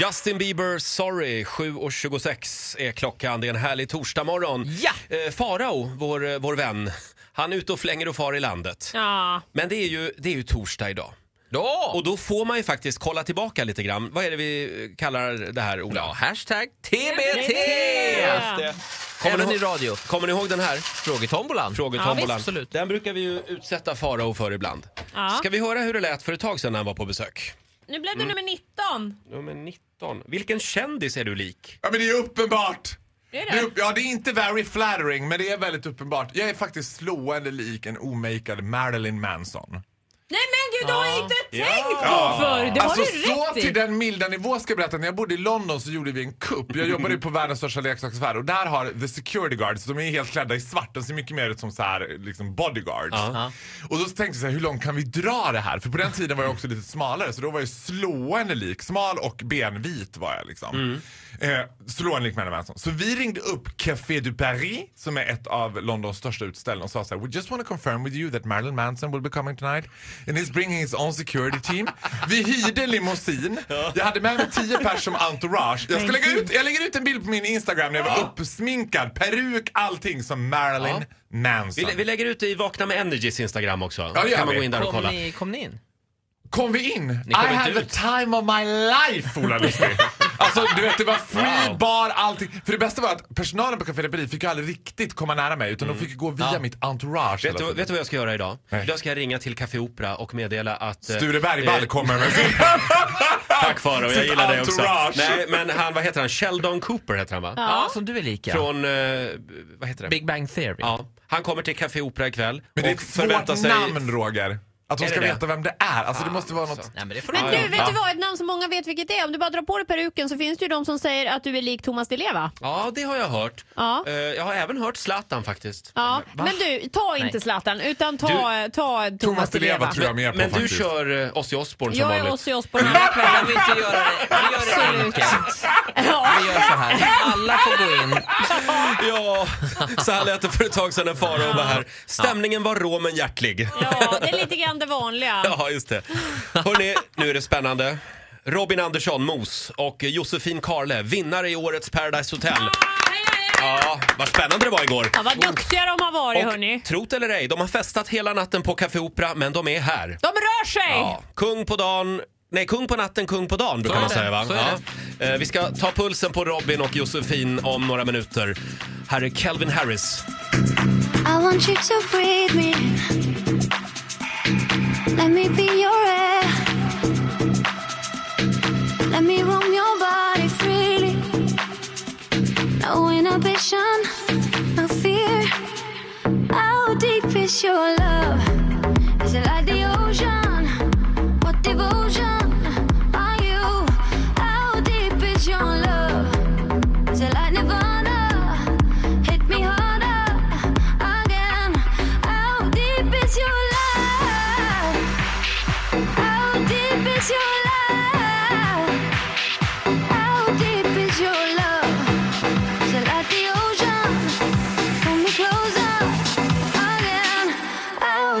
Justin Bieber, sorry. 7.26 är klockan. Det är en härlig torsdagmorgon. Ja. Eh, Farao, vår, eh, vår vän, han är ute och flänger och far i landet. Ja. Men det är, ju, det är ju torsdag idag. Ja! Och då får man ju faktiskt kolla tillbaka lite grann. Vad är det vi eh, kallar det här, Ola? ja, hashtag TBT! Kommer ni Även i ihåg- radio. Kommer ni ihåg den här? Frågetombolan. Frågetombolan. Ja, visst, absolut. den brukar vi ju utsätta Farao för ibland. Ja. Ska vi höra hur det lät för ett tag sedan när han var på besök? Nu blev du nummer 19. Nummer 19. Vilken kändis är du lik? Ja men det är uppenbart. Det är Det är det. upp, ja det är inte very flattering men det är väldigt uppenbart. Jag är faktiskt slående lik en omakead Marilyn Manson. Nej men gud, det har jag inte tänkt Ja. på förr. Det har alltså du så rätt i. till den milda nivå ska jag berätta. När jag bodde i London så gjorde vi en kupp. Jag jobbade på världens största leksaksaffär och där har the security guards, de är helt klädda i svart. De ser mycket mer ut som så här, liksom bodyguards. Och då tänkte jag så här, hur långt kan vi dra det här? För på den tiden var jag också lite smalare så då var jag slående lik. Smal och benvit var jag liksom. Eh, slående lik Marilyn Manson. Så vi ringde upp Café du Paris som är ett av Londons största utställningar och sa så här, we just want to confirm with you that Marilyn Manson will be coming tonight and he's bringing his own security team. Vi hyrde limousin. Jag hade med mig tio pers som entourage. Jag, ska lägga ut, jag lägger ut en bild på min Instagram när jag var uppsminkad, peruk, allting som Marilyn Manson. Vi, vi lägger ut det i Vakna med Energys Instagram också. det gör kan man vi. gå in där och Kom, kolla. ni, kom ni in? Kom vi in? I kom inte had ut. the time of my life, Ola Lustig. Alltså du vet det var free Wow. bar, allting. För det bästa var att personalen på Café de Paris fick ju aldrig riktigt komma nära mig utan de fick ju gå via mitt entourage. Mm. Vet hela du, tiden. vet du vad jag ska göra idag? Nej. Idag ska jag ringa till Café Opera och meddela att... eh, Sture Bergvall eh, kommer med sin... Tack Farao, jag sitt gillar dig också. entourage. Nej, men han, vad heter han? Sheldon Cooper heter han va? Ja, som du är lika. Från, eh, vad heter det? Big Bang Theory. Ja. Han kommer till Café Opera ikväll Men det är och ett förväntar svårt sig... namn Roger. Att de Är ska det det? veta vem det är. Alltså det måste vara något... Nej, men det får Men du du, inte. vet du vad? Ett namn som många vet vilket det är. Om du bara drar på dig peruken så finns det ju de som säger att du är lik Thomas Di Leva. Ja, det har jag hört. Ja. Eh, jag har även hört Zlatan faktiskt. Ja. Men du, ta inte Zlatan utan ta, ta Thomas Di Leva. tror jag med på Men du faktiskt. kör eh, Ozzy Osbourne som Jag är vanligt. Ozzy Osbourne den här Kan kvällen. vi inte göra det? Vi gör det Absolut. enkelt. Ja. Vi gör så här. Alla får gå in. Ja, så här lät det för ett tag sedan när Farao var här. Stämningen var rå men hjärtlig. ja, det är lite grann det vanliga. Ja, just det. Hörrni, nu är det spännande. Robin Andersson, Mos och Josefin Karle, vinnare i årets Paradise Hotel. Ja, vad spännande det var igår. Ja, vad duktiga de har varit hörni. Och trot eller ej, de har festat hela natten på Café Opera, men de är här. De rör sig! Ja, kung på dagen. Nej, kung på natten, kung på dagen brukar Så är man det, säga va? så är Ja. Eh, Vi ska ta pulsen på Robin och Josefin om några minuter. Här är Calvin Harris. I want you to breathe me. Let me be your air. Let me roam your body freely. No inhibition, no fear. How deep is your love? Is it like the ocean? What devotion are you? How deep is your love? Is it like Nirvana? Hit me harder again. How deep is your love? How deep is your love? How deep is your love? Is it like the ocean? Pull me closer again. How